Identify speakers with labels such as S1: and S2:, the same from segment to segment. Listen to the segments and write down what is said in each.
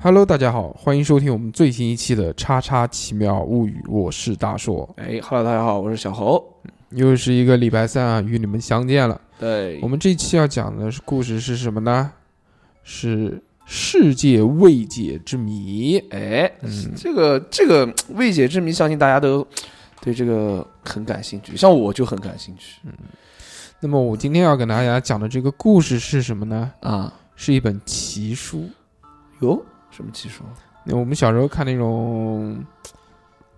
S1: Hello，大家好，欢迎收听我们最新一期的《叉叉奇妙物语》，我是大硕，
S2: 哎哈喽，大家好，我是小侯。
S1: 又是一个礼拜三啊，与你们相见了。
S2: 对
S1: 我，们这期要讲的是故事是什么呢？是世界未解之谜。
S2: 哎，
S1: 嗯
S2: 这个这个嗯未解之谜，相信大家都对这个很感兴趣，像我就很感兴趣
S1: 那么我今天要跟大家讲的这个故事是什么呢？
S2: 啊。
S1: 是一本奇书。
S2: 哟，什么技术？
S1: 那我们小时候看那种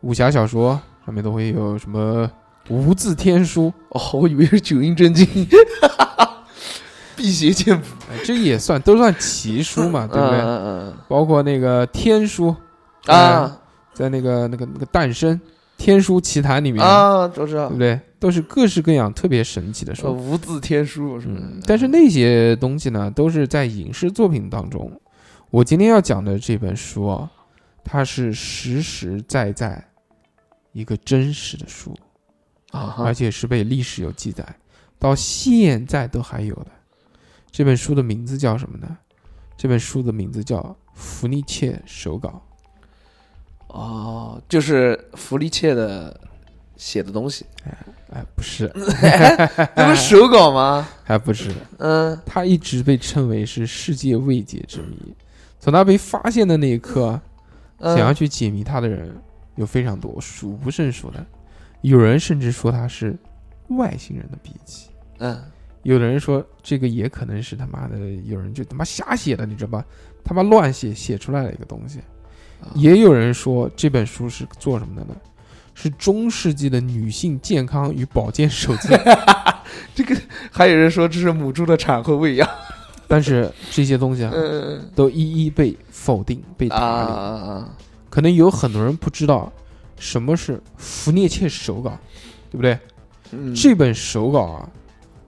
S1: 武侠小说，上面都会有什么无字天书，
S2: 哦，我以为是九阴真经， 辟邪剑谱，
S1: 哎这也算都算奇书嘛，对不对？
S2: 嗯
S1: 包括那个天书
S2: 嗯嗯啊
S1: 在那个那个那个诞生《天书奇谭》里面，
S2: 啊，我知
S1: 对
S2: 道
S1: 不，对？都是各式各样特别神奇的
S2: 呃，
S1: 书。
S2: 无字天书什么
S1: 嗯
S2: 的。，
S1: 但是那些东西呢，都是在影视作品当中。我今天要讲的这本书啊，它是实实在在一个真实的书，
S2: 啊
S1: 而
S2: 哈，
S1: 且是被历史有记载，到现在都还有的。这本书的名字叫什么呢？这本书的名字叫《弗尼切手稿》。
S2: 哦，就是弗利切的写 的东西，
S1: 哎，不是，
S2: 那不是手稿吗？
S1: 还不是，
S2: 嗯，
S1: 它一直被称为是世界未解之谜。从它被发现的那一刻啊，
S2: 嗯
S1: 想要去解谜它的人有非常多，数不胜数的。有人甚至说它是外星人的笔记，
S2: 嗯，
S1: 有的人说这个也可能是他妈的有人就他妈瞎写的，你知道吧？他妈乱写写出来的一个东西。
S2: 啊
S1: 也有人说这本书是做什么的呢？是中世纪的女性健康与保健手 册。
S2: 还有人说这是母猪的产后喂养。
S1: 但是这些东西啊，
S2: 嗯
S1: 都一一被否定、 被
S2: 啊
S1: 打
S2: 啊
S1: 脸。
S2: 啊！啊
S1: 可能有很多人不知道什么是弗涅切手稿，对不对？
S2: 嗯，
S1: 这本手稿啊，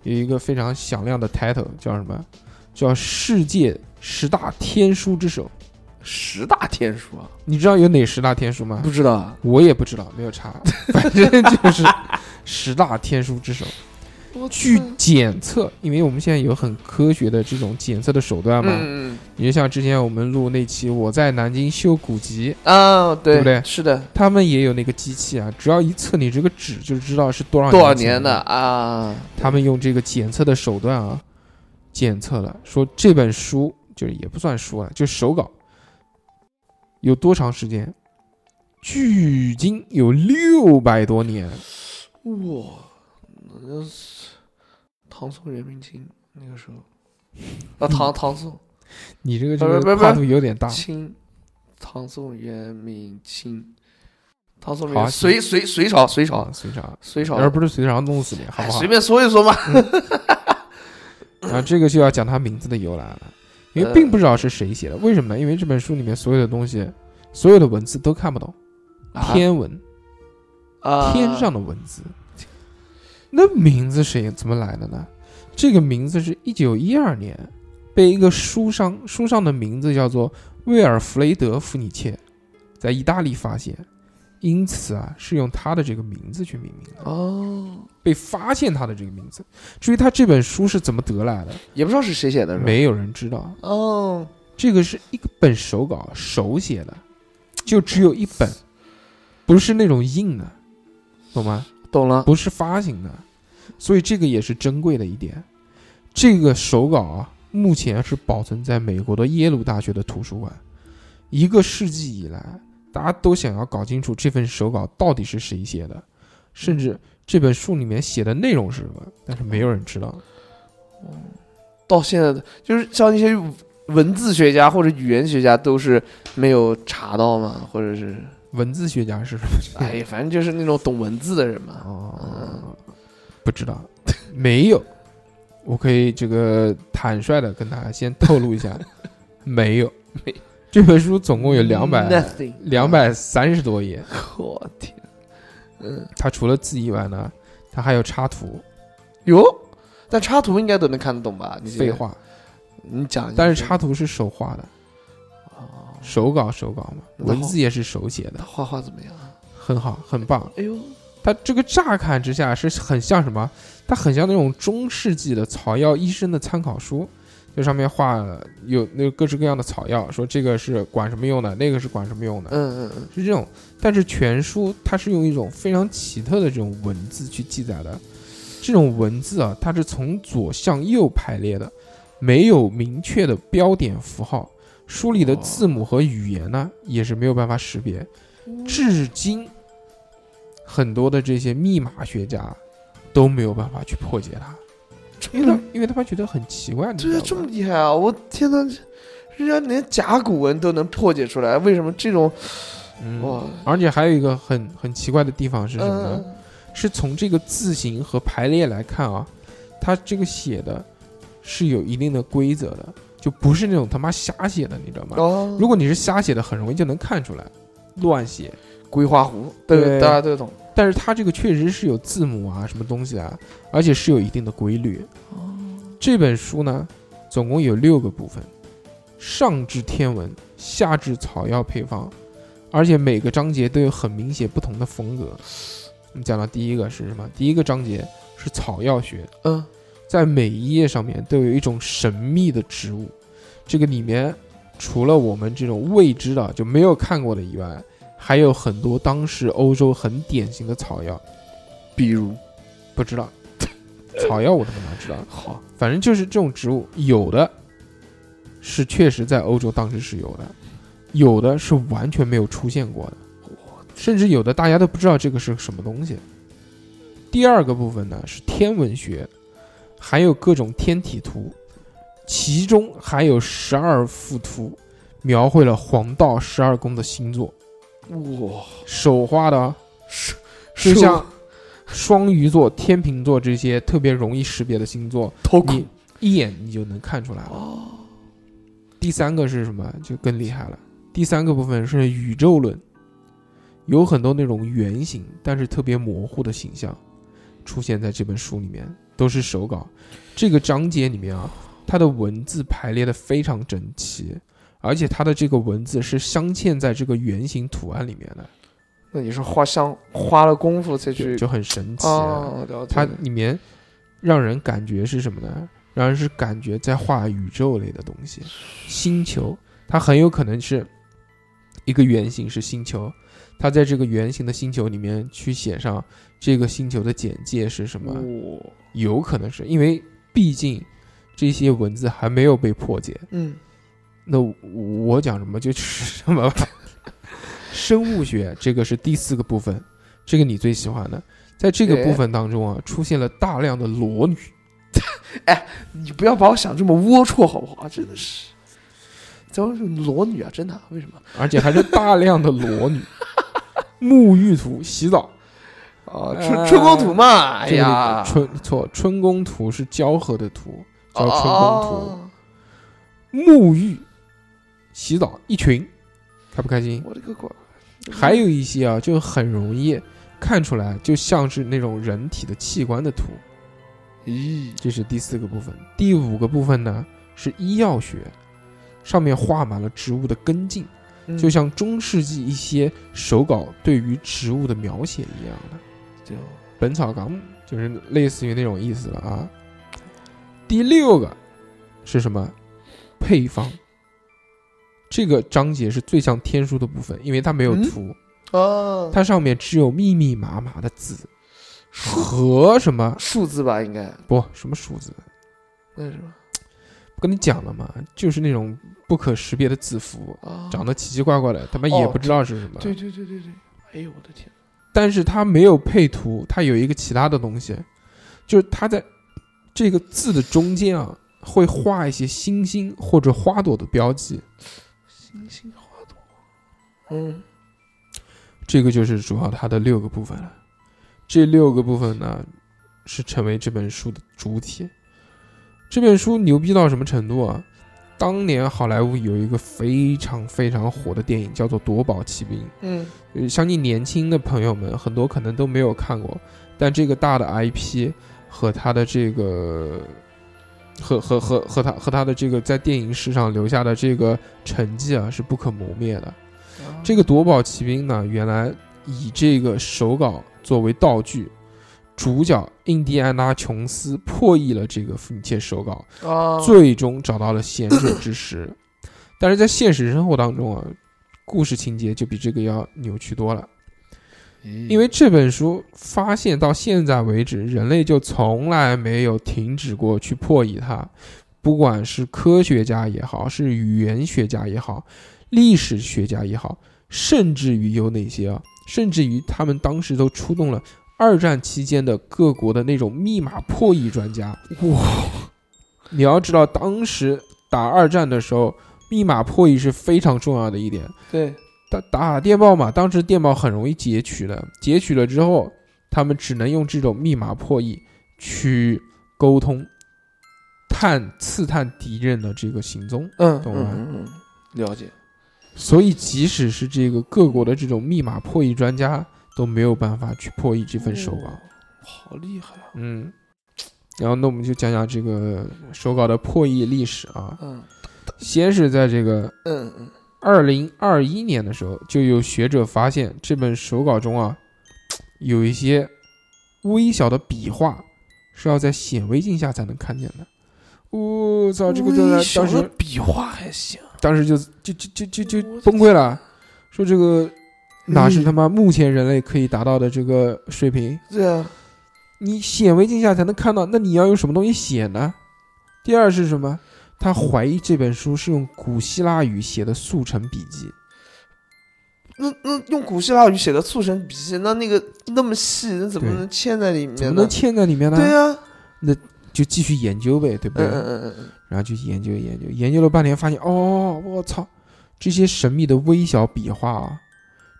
S1: 有一个非常响亮的 title，叫什么？叫《世界十大天书之首》。
S2: 十大天书啊，
S1: 你知道有哪十大天书吗？
S2: 不知道啊，
S1: 我也不知道，没有查， 反正就是十大天书之首。据
S2: 嗯
S1: 检测，因为我们现在有很科学的这种检测的手段嘛，
S2: 嗯
S1: 你就像之前我们录那期我在南京修古籍，
S2: 嗯啊，对
S1: 对不对
S2: 是的，
S1: 他们也有那个机器啊，只要一测你这个纸，就知道是多少
S2: 多少
S1: 年
S2: 年
S1: 前
S2: 的。啊？
S1: 他们用这个检测的手段啊，检测了说这本书就是也不算书啊，就手稿有多长时间？距今有六百多年，
S2: 哇，那是唐宋元明清那个时候啊，唐唐宋
S1: 你这个这
S2: 不是不
S1: 个
S2: 是
S1: 跨度有点大。
S2: 清，唐宋元明清，唐宋
S1: 好啊
S2: 元隋隋隋朝隋朝
S1: 啊，隋朝，
S2: 隋朝，
S1: 而不是隋朝弄死你，好
S2: 哎
S1: 不好
S2: 随？便说一说嘛，
S1: 然后这个就要讲它名字的由来了，因为
S2: 呃
S1: 并不知道是谁写的。为什么呢？因为这本书里面所有的东西，所有的文字都看不懂，
S2: 啊
S1: 天文。
S2: 啊
S1: 天上的文字。那名字谁怎么来的呢？这个名字是一九一二年被一个书商，书商的名字叫做威尔弗雷德·弗尼切，在意大利发现，因此啊是用他的这个名字去命名的，
S2: 哦，
S1: 被发现他的这个名字。至于他这本书是怎么得来的，
S2: 也不知道是谁写的，是吧
S1: 没有人知道。
S2: 哦，
S1: 这个是一本手稿手写的，就只有一本，不是那种印的，懂吗？
S2: 懂了，
S1: 不是发行的，所以这个也是珍贵的一点。这个手稿啊，目前是保存在美国的耶鲁大学的图书馆。一个世纪以来，大家都想要搞清楚这份手稿到底是谁写的，甚至这本书里面写的内容是什么，但是没有人知道。
S2: 到现在的就是像一些文字学家或者语言学家都是没有查到嘛，或 者是
S1: 文字学家是什么？
S2: 哎，反正就是那种懂文字的人嗯嘛。
S1: 哦，不知道， 没有。我可以这个坦率的跟大家先透露一 下，没有。
S2: 没嗯
S1: 这本书总共有两百
S2: nothing，
S1: 两。百三十多页，
S2: 我天，
S1: 它除了字以外呢，它还有插图。
S2: 哟，但插图应该都能看得懂吧？你这个
S1: 废，话，
S2: 你讲一下。嗯
S1: 但是插图是手画的，手稿手稿嘛，
S2: 那
S1: 文
S2: 好
S1: 字也是手写的
S2: 他，画画怎么样啊？
S1: 很好，很棒。
S2: 哎呦，
S1: 它这个乍看之下是很像什么？它很像那种中世纪的草药医生的参考书，这上面画了有那各式各样的草药，说这个是管什么用的，那个是管什么用的，
S2: 嗯嗯嗯，
S1: 是这种。但是全书它是用一种非常奇特的这种文字去记载的，这种文字啊，它是从左向右排列的，没有明确的标点符号，书里的
S2: 哦
S1: 字母和语言呢也是没有办法识别。
S2: 嗯
S1: 至今，很多的这些密码学家都没有办法去破解它，
S2: 这
S1: 因为他
S2: 么
S1: 因为他们觉得很奇怪，你知
S2: 嗯
S1: 道
S2: 对啊，这么
S1: 吗？
S2: 厉害啊！我天呐，人家连甲骨文都能破解出来，为什么这种哇
S1: 嗯，？而且还有一个很很奇怪的地方是什么呢？
S2: 嗯，
S1: 是从这个字形和排列来看啊，它这个写的是有一定的规则的，就不是那种他妈瞎写的，你知道吗？
S2: 哦，
S1: 如果你是瞎写的，很容易就能看出来，乱写。
S2: 桂花湖，都
S1: 对
S2: 大家都懂。
S1: 但是它这个确实是有字母啊，什么东西啊，而且是有一定的规律。
S2: 哦
S1: 这本书呢，总共有六个部分，上至天文，下至草药配方，而且每个章节都有很明显不同的风格。我们讲到第一个是什么？第一个章节是草药学，
S2: 嗯，
S1: 在每一页上面都有一种神秘的植物，这个里面除了我们这种未知的就没有看过的以外，还有很多当时欧洲很典型的草药，
S2: 比如
S1: 不知道 草药我他妈哪知道？
S2: 好，
S1: 反正就是这种植物，有的是确实在欧洲当时是有的，有的是完全没有出现过的，甚至有的大家都不知道这个是什么东西。第二个部分呢是天文学，还有各种天体图，其中还有十二幅图，描绘了黄道十二宫的星座，
S2: 哇，
S1: 手画的哦
S2: 是
S1: 就是像双鱼座、天秤座这些特别容易识别的星座，
S2: 头骨
S1: 你一眼你就能看出来了。
S2: 哦，
S1: 第三个是什么？就更厉害了。第三个部分是宇宙论，有很多那种圆形但是特别模糊的形象出现在这本书里面，都是手稿。这个章节里面啊，它的文字排列的非常整齐，而且它的这个文字是镶嵌在这个圆形图案里面的，
S2: 那你是花香花了功夫才
S1: 就
S2: 去
S1: 就很神奇、啊
S2: 哦，了解
S1: 它
S2: 了
S1: 里面让人感觉是什么呢？让人是感觉在画宇宙类的东西，星球，它很有可能是一个圆形是星球，它在这个圆形的星球里面去写上这个星球的简介是什么，
S2: 哇，
S1: 有可能是因为毕竟这些文字还没有被破解。
S2: 嗯，
S1: 那我讲什么就吃什么吧。生物学这个是第四个部分，这个你最喜欢的，在这个部分当中啊，出现了大量的裸女，
S2: 你不要把我想这么龌龊好不好啊？真的是，怎么是裸女啊？真的啊？为什么？
S1: 而且还是大量的裸女，沐浴图、洗澡。
S2: 啊，
S1: 哎
S2: 春春光图嘛，哎
S1: 这个
S2: 呀，
S1: 春错，春宫图是交合的图，叫春宫
S2: 哦
S1: 图。沐浴、洗澡一群，开不开心？
S2: 我的个乖！
S1: 还有一些啊，就很容易看出来，就像是那种人体的器官的图。
S2: 咦，
S1: 这是第四个部分。第五个部分呢是医药学，上面画满了植物的根茎，
S2: 嗯
S1: 就像中世纪一些手稿对于植物的描写一样的，
S2: 就
S1: 《本草纲目》就是类似于那种意思了啊。第六个是什么？配方。这个章节是最像天书的部分，因为它没有
S2: 嗯
S1: 图，
S2: 啊，
S1: 它上面只有密密麻麻的字和什么
S2: 数字吧，应该
S1: 不什么数字，
S2: 那是什么
S1: 不跟你讲了嘛，就是那种不可识别的字符，
S2: 啊？
S1: 长得奇奇怪怪的，他妈也不知道是什么。
S2: 对对对对对，哎呦我的天，
S1: 但是它没有配图，它有一个其他的东西，就是它在这个字的中间啊，会画一些星星或者花朵的标记，
S2: 星星花朵，嗯，
S1: 这个就是主要它的六个部分了。这六个部分呢，是成为这本书的主体。这本书牛逼到什么程度啊？当年好莱坞有一个非常非常火的电影，叫做《夺宝奇兵》。
S2: 嗯，
S1: 呃相信年轻的朋友们很多可能都没有看过，但这个大的 IP 和它的这个和和和和他和他的这个在电影史上留下的这个成绩啊是不可磨灭的。这个夺宝奇兵呢，原来以这个手稿作为道具，主角印第安纳琼斯破译了这个伏尼切手稿，
S2: 啊，
S1: 最终找到了贤者之石。 但是在现实生活当中啊，故事情节就比这个要扭曲多了。
S2: 嗯
S1: 因为这本书发现到现在为止，人类就从来没有停止过去破译它，不管是科学家也好，是语言学家也好，历史学家也好，甚至于有哪些啊，甚至于他们当时都出动了二战期间的各国的那种密码破译专家。
S2: 哇，
S1: 你要知道，当时打二战的时候，密码破译是非常重要的一点。
S2: 对，
S1: 打打电报嘛，当时电报很容易截取的，截取了之后，他们只能用这种密码破译去沟通，探刺探敌人的这个行踪。
S2: 嗯，
S1: 懂了
S2: 嗯，嗯嗯了解，
S1: 所以，即使是这个各国的这种密码破译专家都没有办法去破译这份手稿。
S2: 哦好厉害啊！
S1: 嗯，然后那我们就讲讲这个手稿的破译历史啊。
S2: 嗯
S1: 先是在这个
S2: 嗯嗯，
S1: 二零二一年的时候，就有学者发现这本手稿中啊，有一些微小的笔画是要在显微镜下才能看见的。我、操，啊这个就在
S2: 微小
S1: 当
S2: 的
S1: 时，
S2: 笔画还行，
S1: 当时就就就就就就崩溃了，说这个哪
S2: 嗯
S1: 是他妈目前人类可以达到的这个水平？
S2: 对啊，
S1: 你显微镜下才能看到，那你要用什么东西写呢？第二是什么？他怀疑这本书是用古希腊语写的速成笔记。
S2: 那那用古希腊语写的促成笔记，那那个那么细，那怎么
S1: 对
S2: 能嵌在里
S1: 怎么
S2: 面
S1: 能
S2: 呢？
S1: 嵌在里面呢？
S2: 对呀，
S1: 就继续研究呗，对不对？
S2: 嗯嗯嗯嗯
S1: 然后就研究研究，研究了半天，发现哦，我操，这些神秘的微小笔画啊，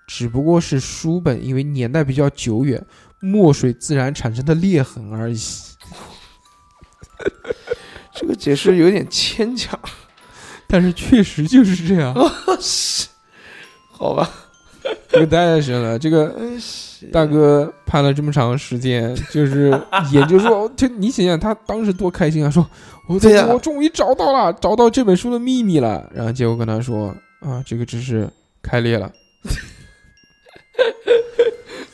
S1: 只不过是书本因为年代比较久远，墨水自然产生的裂痕而已。
S2: 嗯，这个解释有点牵强，
S1: 但是确实就是这样，嗯
S2: 好吧？
S1: 这个太神了，啊这个
S2: 哎是
S1: 大哥盼了这么长时间，就是研究 说，就你想想他当时多开心啊！说我
S2: 对呀
S1: 我终于找到了，找到这本书的秘密了。然后结果跟他说啊，这个知识开裂了。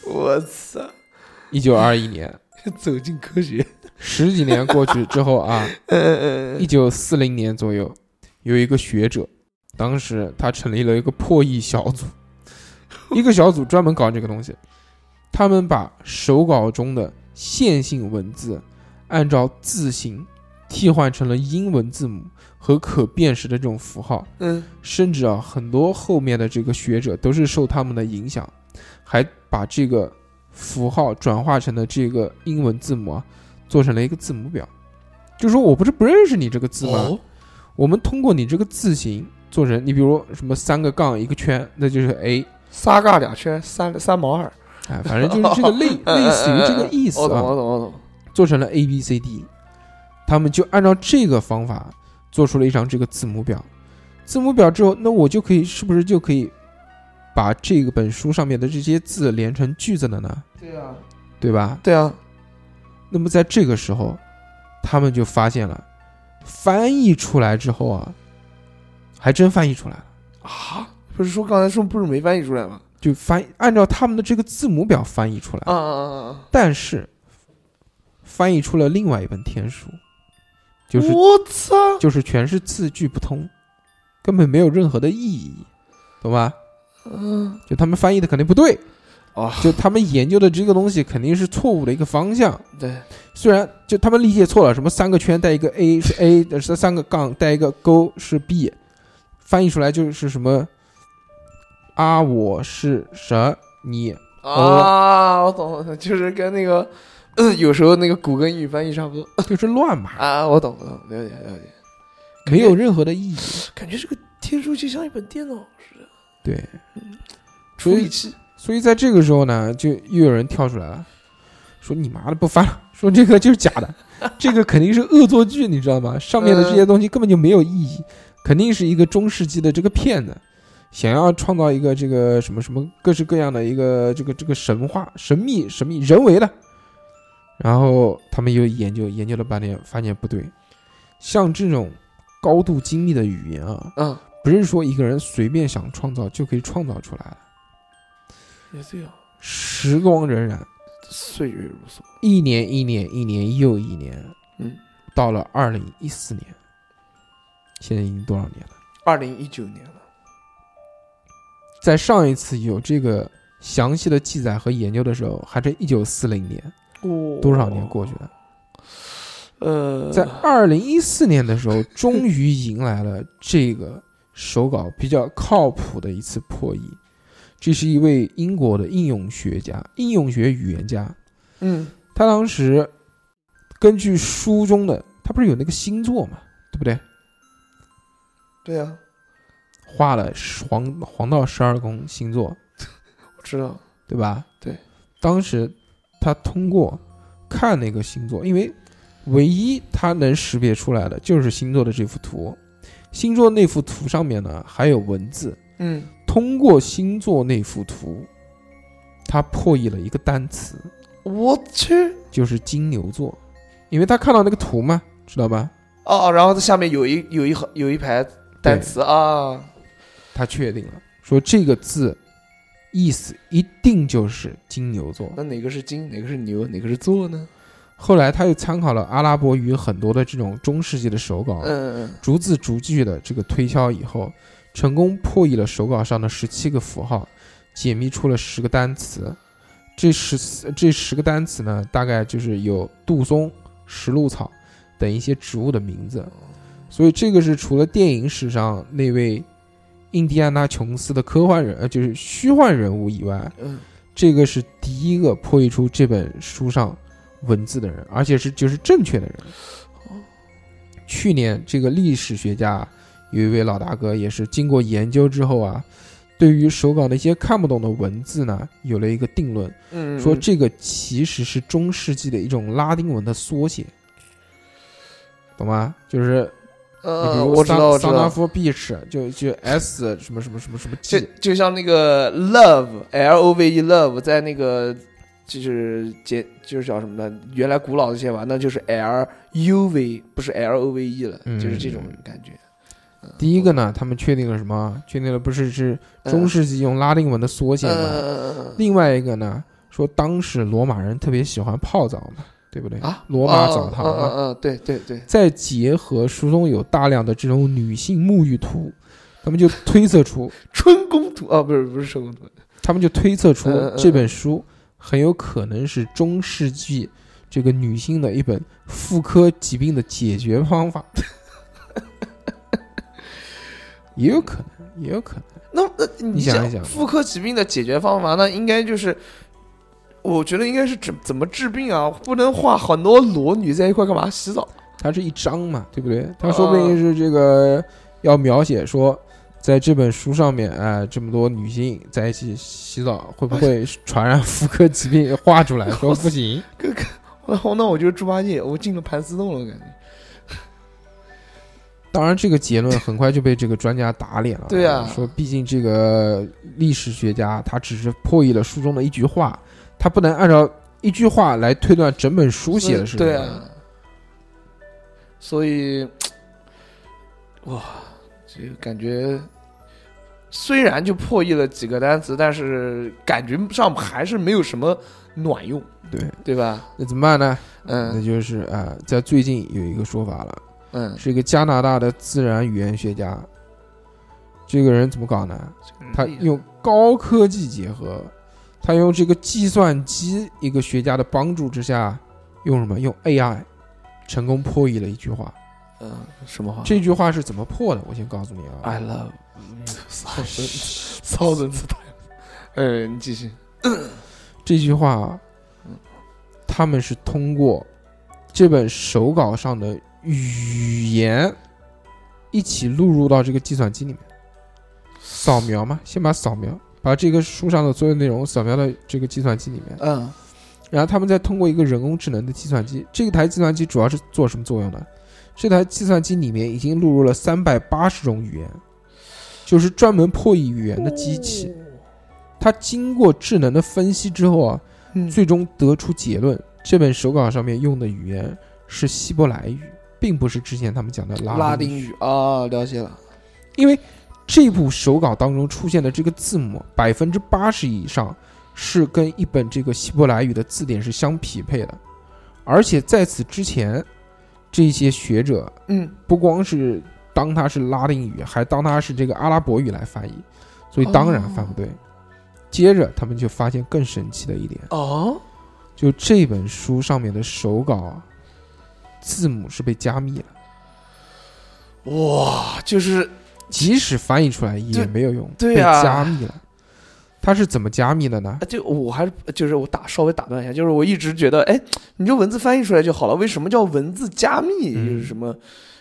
S2: 我 操，
S1: 一九二一年，
S2: 走进科学，
S1: 十几年过去之后啊，
S2: 嗯嗯
S1: 一
S2: 嗯
S1: 九四零年左右，有一个学者，当时他成立了一个破译小组，一个小组专门搞这个东西。他们把手稿中的线性文字按照字形替换成了英文字母和可辨识的这种符号，
S2: 嗯，
S1: 甚至啊，很多后面的这个学者都是受他们的影响，还把这个符号转化成了这个英文字母啊，做成了一个字母表。就说我不是不认识你这个字吗？
S2: 哦
S1: 我们通过你这个字形做成，你比如什么三个杠一个圈，那就是 A，
S2: 仨杠两圈，三三毛二，
S1: 哎，反正就是这个 类
S2: 嗯
S1: 类似于这个意思
S2: 我懂，
S1: 啊
S2: 我，懂，我懂。
S1: 做成了 A B C D，他们就按照这个方法做出了一张这个字母表。字母表之后，那我就可以是不是就可以把这个本书上面的这些字连成句子了呢？
S2: 对啊，
S1: 对吧？
S2: 对啊，
S1: 那么在这个时候，他们就发现了，翻译出来之后啊，还真翻译出来了。
S2: 啊，不是说刚才说不是没翻译出来吗？
S1: 就翻按照他们的这个字母表翻译出来，
S2: 啊啊啊啊啊！
S1: 但是翻译出了另外一本天书，就是
S2: 我操，
S1: 就是全是字句不通，根本没有任何的意义，懂吧？
S2: 嗯，
S1: 就他们翻译的肯定不对
S2: 啊，
S1: 就他们研究的这个东西肯定是错误的一个方向。
S2: 对，
S1: 虽然就他们理解错了，什么三个圈带一个 A 是 A，呃是三个杠带一个勾是 B，翻译出来就是什么啊，我是神，你哦
S2: 啊，我懂，我懂，就是跟那个，嗯，有时候那个古跟语翻译差不多
S1: 就是乱码，
S2: 啊，我懂，我懂，了解，了解。
S1: 没有任何的意义。
S2: 感觉这个天书就像一本电脑似的，嗯
S1: 对，
S2: 处理器。
S1: 所以在这个时候呢，就又有人跳出来了，说你妈的不翻了，说这个就是假的， 这个肯定是恶作剧，你知道吗？上面的这些东西根本就没有意义，肯定是一个中世纪的这个骗子，想要创造一个这个什么什么各式各样的一个这个这个神话、神秘、神秘人为的。然后他们又研究研究了半天，发现不对，像这种高度精密的语言啊，
S2: 嗯，
S1: 不是说一个人随便想创造就可以创造出来的。
S2: 也对啊，
S1: 时光荏苒，
S2: 岁月如梭，
S1: 一年一年一年又一年，
S2: 嗯，
S1: 到了二零一四年，现在已经多少年了？
S2: 二零一九年了，
S1: 在上一次有这个详细的记载和研究的时候，还是一九四零年，
S2: 哦
S1: 多少年过去了？
S2: 呃，
S1: 在二零一四年的时候，终于迎来了这个手稿比较靠谱的一次破译。这是一位英国的应用学家、应用学语言家，
S2: 嗯
S1: 他当时根据书中的，他不是有那个星座嘛，对不对？
S2: 对啊，
S1: 画了十黄黄道十二宫星座，
S2: 我知道，
S1: 对吧？
S2: 对，
S1: 当时他通过看那个星座，因为唯一他能识别出来的就是星座的这幅图，星座那幅图上面呢还有文字，
S2: 嗯，
S1: 通过星座那幅图，他破译了一个单词，
S2: 我去，
S1: 就是金牛座，因为他看到那个图嘛，知道吧？
S2: 哦，然后它下面有一有一行有一排单词啊，
S1: 他确定了，说这个字意思一定就是金牛座。
S2: 那哪个是金，哪个是牛，哪个是座呢？
S1: 后来他又参考了阿拉伯语很多的这种中世纪的手稿，
S2: 嗯嗯
S1: 逐字逐句的这个推敲以后，成功破译了手稿上的十七个符号，解密出了十个单词。这十这十个单词呢，大概就是有杜松、石露草等一些植物的名字。所以这个是除了电影史上那位印第安纳琼斯的科幻人，呃，就是虚幻人物以外，
S2: 嗯，
S1: 这个是第一个破译出这本书上文字的人，而且是就是正确的人。去年，这个历史学家有一位老大哥，也是经过研究之后啊，对于手稿那些看不懂的文字呢，有了一个定论，
S2: 嗯，嗯
S1: 说这个其实是中世纪的一种拉丁文的缩写，懂吗？就是你比
S2: 呃，
S1: 如
S2: 我知道，我知
S1: 桑拿
S2: 道，
S1: 夫 beach 就就 S 什么什么什么什么 G，
S2: 就就像那个 love l o v e love 在那个就是简就是叫什么呢？原来古老的那些玩意儿，那就是 l u v 不是 l o v e 了，
S1: 嗯
S2: 就是这种感觉。嗯
S1: 第一个呢，他们确定了什么？确定了不是是中世纪用拉丁文的缩写
S2: 嗯
S1: 嘛？
S2: 嗯嗯嗯
S1: 另外一个呢，说当时罗马人特别喜欢泡澡嘛，对不对？
S2: 嗯啊，
S1: 罗马澡堂
S2: 嗯嗯
S1: 嘛。
S2: 嗯嗯，对对对，
S1: 再结合书中有大量的这种女性沐浴图，他们就推测出，
S2: 春宫图啊，不是不是春宫图，
S1: 他们就推测出
S2: 嗯嗯嗯
S1: 这本书很有可能是中世纪这个女性的一本妇科疾病的解决方法， 也有可能，也有可能。
S2: 那那
S1: 你
S2: 你
S1: 想一想
S2: 妇科疾病的解决方法，那应该就是，我觉得应该是怎怎么治病啊？不能画很多裸女在一块干嘛？洗澡？
S1: 它是一章嘛，对不对？
S2: 哦
S1: 它说不定是这个要描写说，在这本书上面，哎、这么多女性在一起洗澡，会不
S2: 哎
S1: 会传染妇科疾病？画出来说
S2: 哦
S1: 不行，
S2: 然后那我就是猪八戒，我进了盘丝洞了，我感觉。
S1: 当然，这个结论很快就被这个专家打脸了。
S2: 对啊
S1: 说毕竟这个历史学家他只是破译了书中的一句话，他不能按照一句话来推断整本书写的是什么。
S2: 对啊，所以，哇，就感觉虽然就破译了几个单词，但是感觉上还是没有什么卵用，
S1: 对
S2: 对吧？
S1: 那怎么办呢？那
S2: 嗯
S1: 就是啊、呃在最近有一个说法了，
S2: 嗯，
S1: 是一个加拿大的自然语言学家。这个人怎么搞呢？他用高科技结合，他用这个计算机一个学家的帮助之下，用什么？用 AI 成功破译了一句话。
S2: 嗯什么话？
S1: 这句话是怎么破的？我先告诉你啊
S2: I love thousands times。呃，你继续。
S1: 这句话啊，他们是通过这本手稿上的语言一起录入到这个计算机里面，扫描嘛，先把扫描，把这个书上的所有内容扫描到这个计算机里面，
S2: 嗯
S1: 然后他们再通过一个人工智能的计算机，这台计算机主要是做什么作用呢？这台计算机里面已经录入了三百八十种语言，就是专门破译语言的机器。它经过智能的分析之后啊，
S2: 嗯
S1: 最终得出结论：这本手稿上面用的语言是希伯来语。并不是之前他们讲的拉
S2: 拉
S1: 丁
S2: 丁语啊，了解了，
S1: 因为这部手稿当中出现的这个字母，百分之八十以上是跟一本这个希伯来语的字典是相匹配的，而且在此之前，这些学者
S2: 嗯，
S1: 不光是当它是拉丁语，还当它是这个阿拉伯语来翻译，所以当然翻不对。接着他们就发现更神奇的一点，
S2: 哦，
S1: 就这本书上面的手稿啊，字母是被加密了，
S2: 哇，就是
S1: 即使翻译出来也
S2: 对
S1: 没有用，
S2: 对
S1: 被
S2: 啊
S1: 加密了。它是怎么加密的呢
S2: 啊？就我还是就是我打稍微打断一下，就是我一直觉得，哎，你这文字翻译出来就好了，为什么叫文字加密？
S1: 嗯
S2: 就是什么，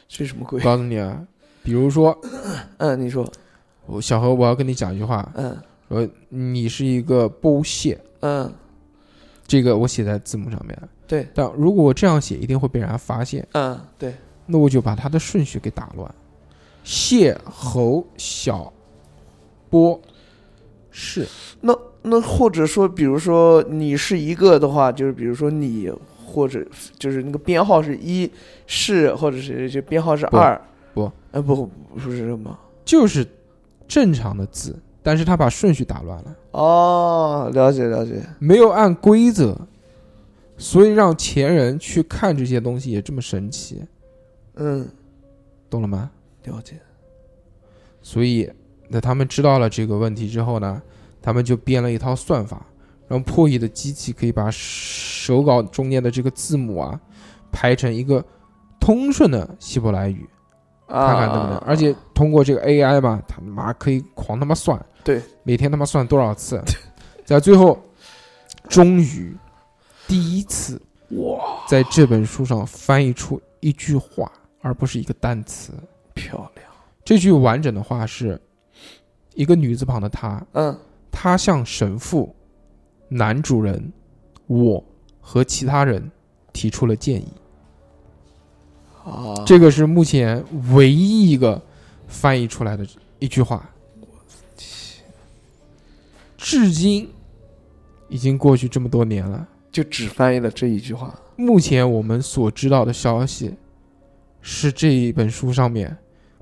S2: 这是什么鬼
S1: 我？告诉你啊，比如说，
S2: 嗯，你说，
S1: 我小何，我要跟你讲一句话，
S2: 嗯
S1: 说你是一个剥蟹，
S2: 嗯
S1: 这个我写在字幕上面。啊
S2: 对，
S1: 但如果我这样写，一定会被人家发现，
S2: 嗯，对，
S1: 那我就把它的顺序给打乱。蟹、猴、小、波、是，
S2: 那那或者说，比如说你是一个的话，就是比如说你或者就是那个编号是一，是或者是就编号是
S1: 不
S2: 二，
S1: 不，
S2: 呃不不是什么。
S1: 就是正常的字，但是他把顺序打乱了，
S2: 哦，了解了解，
S1: 没有按规则，所以让前人去看这些东西也这么神奇，
S2: 嗯，
S1: 懂了吗？
S2: 了解。
S1: 所以，那他们知道了这个问题之后呢，他们就编了一套算法，让破译的机器可以把手稿中间的这个字母啊排成一个通顺的希伯来语，
S2: 啊，
S1: 看看能不能。而且通过这个 AI 嘛，他妈可以狂他妈算，
S2: 对，
S1: 每天他妈算多少次， 在最后，终于第一次
S2: 哇，
S1: 在这本书上翻译出一句话，而不是一个单词。
S2: 漂亮。
S1: 这句完整的话是一个女字旁的她，
S2: 嗯，
S1: 她向神父、男主人、我和其他人提出了建议。
S2: 啊，
S1: 这个是目前唯一一个翻译出来的一句话。至今已经过去这么多年了，
S2: 就只翻译了这一句话。
S1: 目前我们所知道的消息是这一本书上面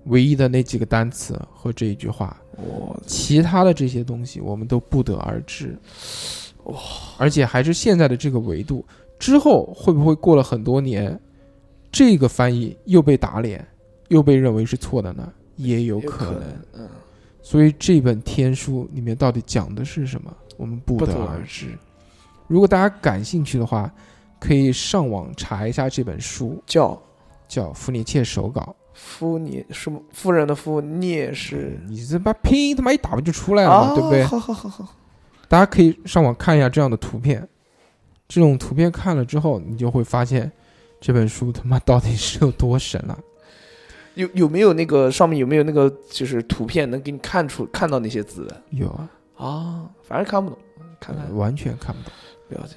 S1: 唯一的那几个单词和这一句话。
S2: 我
S1: 其他的这些东西我们都不得而知。而且还是现在的这个维度，之后会不会过了很多年，这个翻译又被打脸，又被认为是错的呢？也有
S2: 有
S1: 可能。
S2: 能，嗯，
S1: 所以这本天书里面到底讲的是什么，我们不
S2: 不
S1: 得
S2: 得
S1: 而
S2: 而
S1: 知。
S2: 知。
S1: 如果大家感兴趣的话，可以上网查一下这本书，
S2: 叫
S1: 叫《弗涅切手稿
S2: 夫你是夫人的夫，聂》。是
S1: 你这把拼音他妈一打不就出来了
S2: 哦
S1: 嘛，对不对？
S2: 好好好好，
S1: 大家可以上网看一下这样的图片。这种图片看了之后，你就会发现这本书他妈到底是有多神了、
S2: 有有没有那个上面有没有那个就是图片能给你看出看到那些字的
S1: 有啊，呃
S2: 啊？反正看不懂，看看
S1: 完全看不懂。
S2: 了解，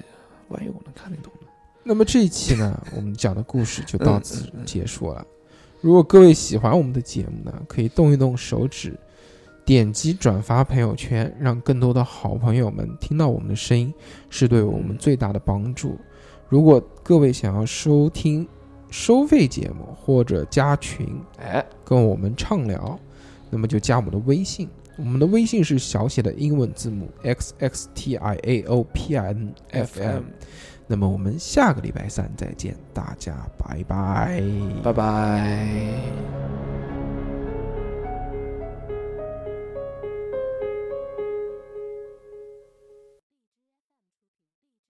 S2: 万一我能看得懂呢。
S1: 那么这一期呢，我们讲的故事就到此结束了。如果各位喜欢我们的节目呢，可以动一动手指，点击转发朋友圈，让更多的好朋友们听到我们的声音，是对我们最大的帮助。如果各位想要收听收费节目或者加群，
S2: 哎，
S1: 跟我们畅聊，那么就加我们的微信。我们的微信是小写的英文字母 x x t i a o p i n f m。那么我们下个礼拜三再见，大家拜拜。
S2: 拜拜。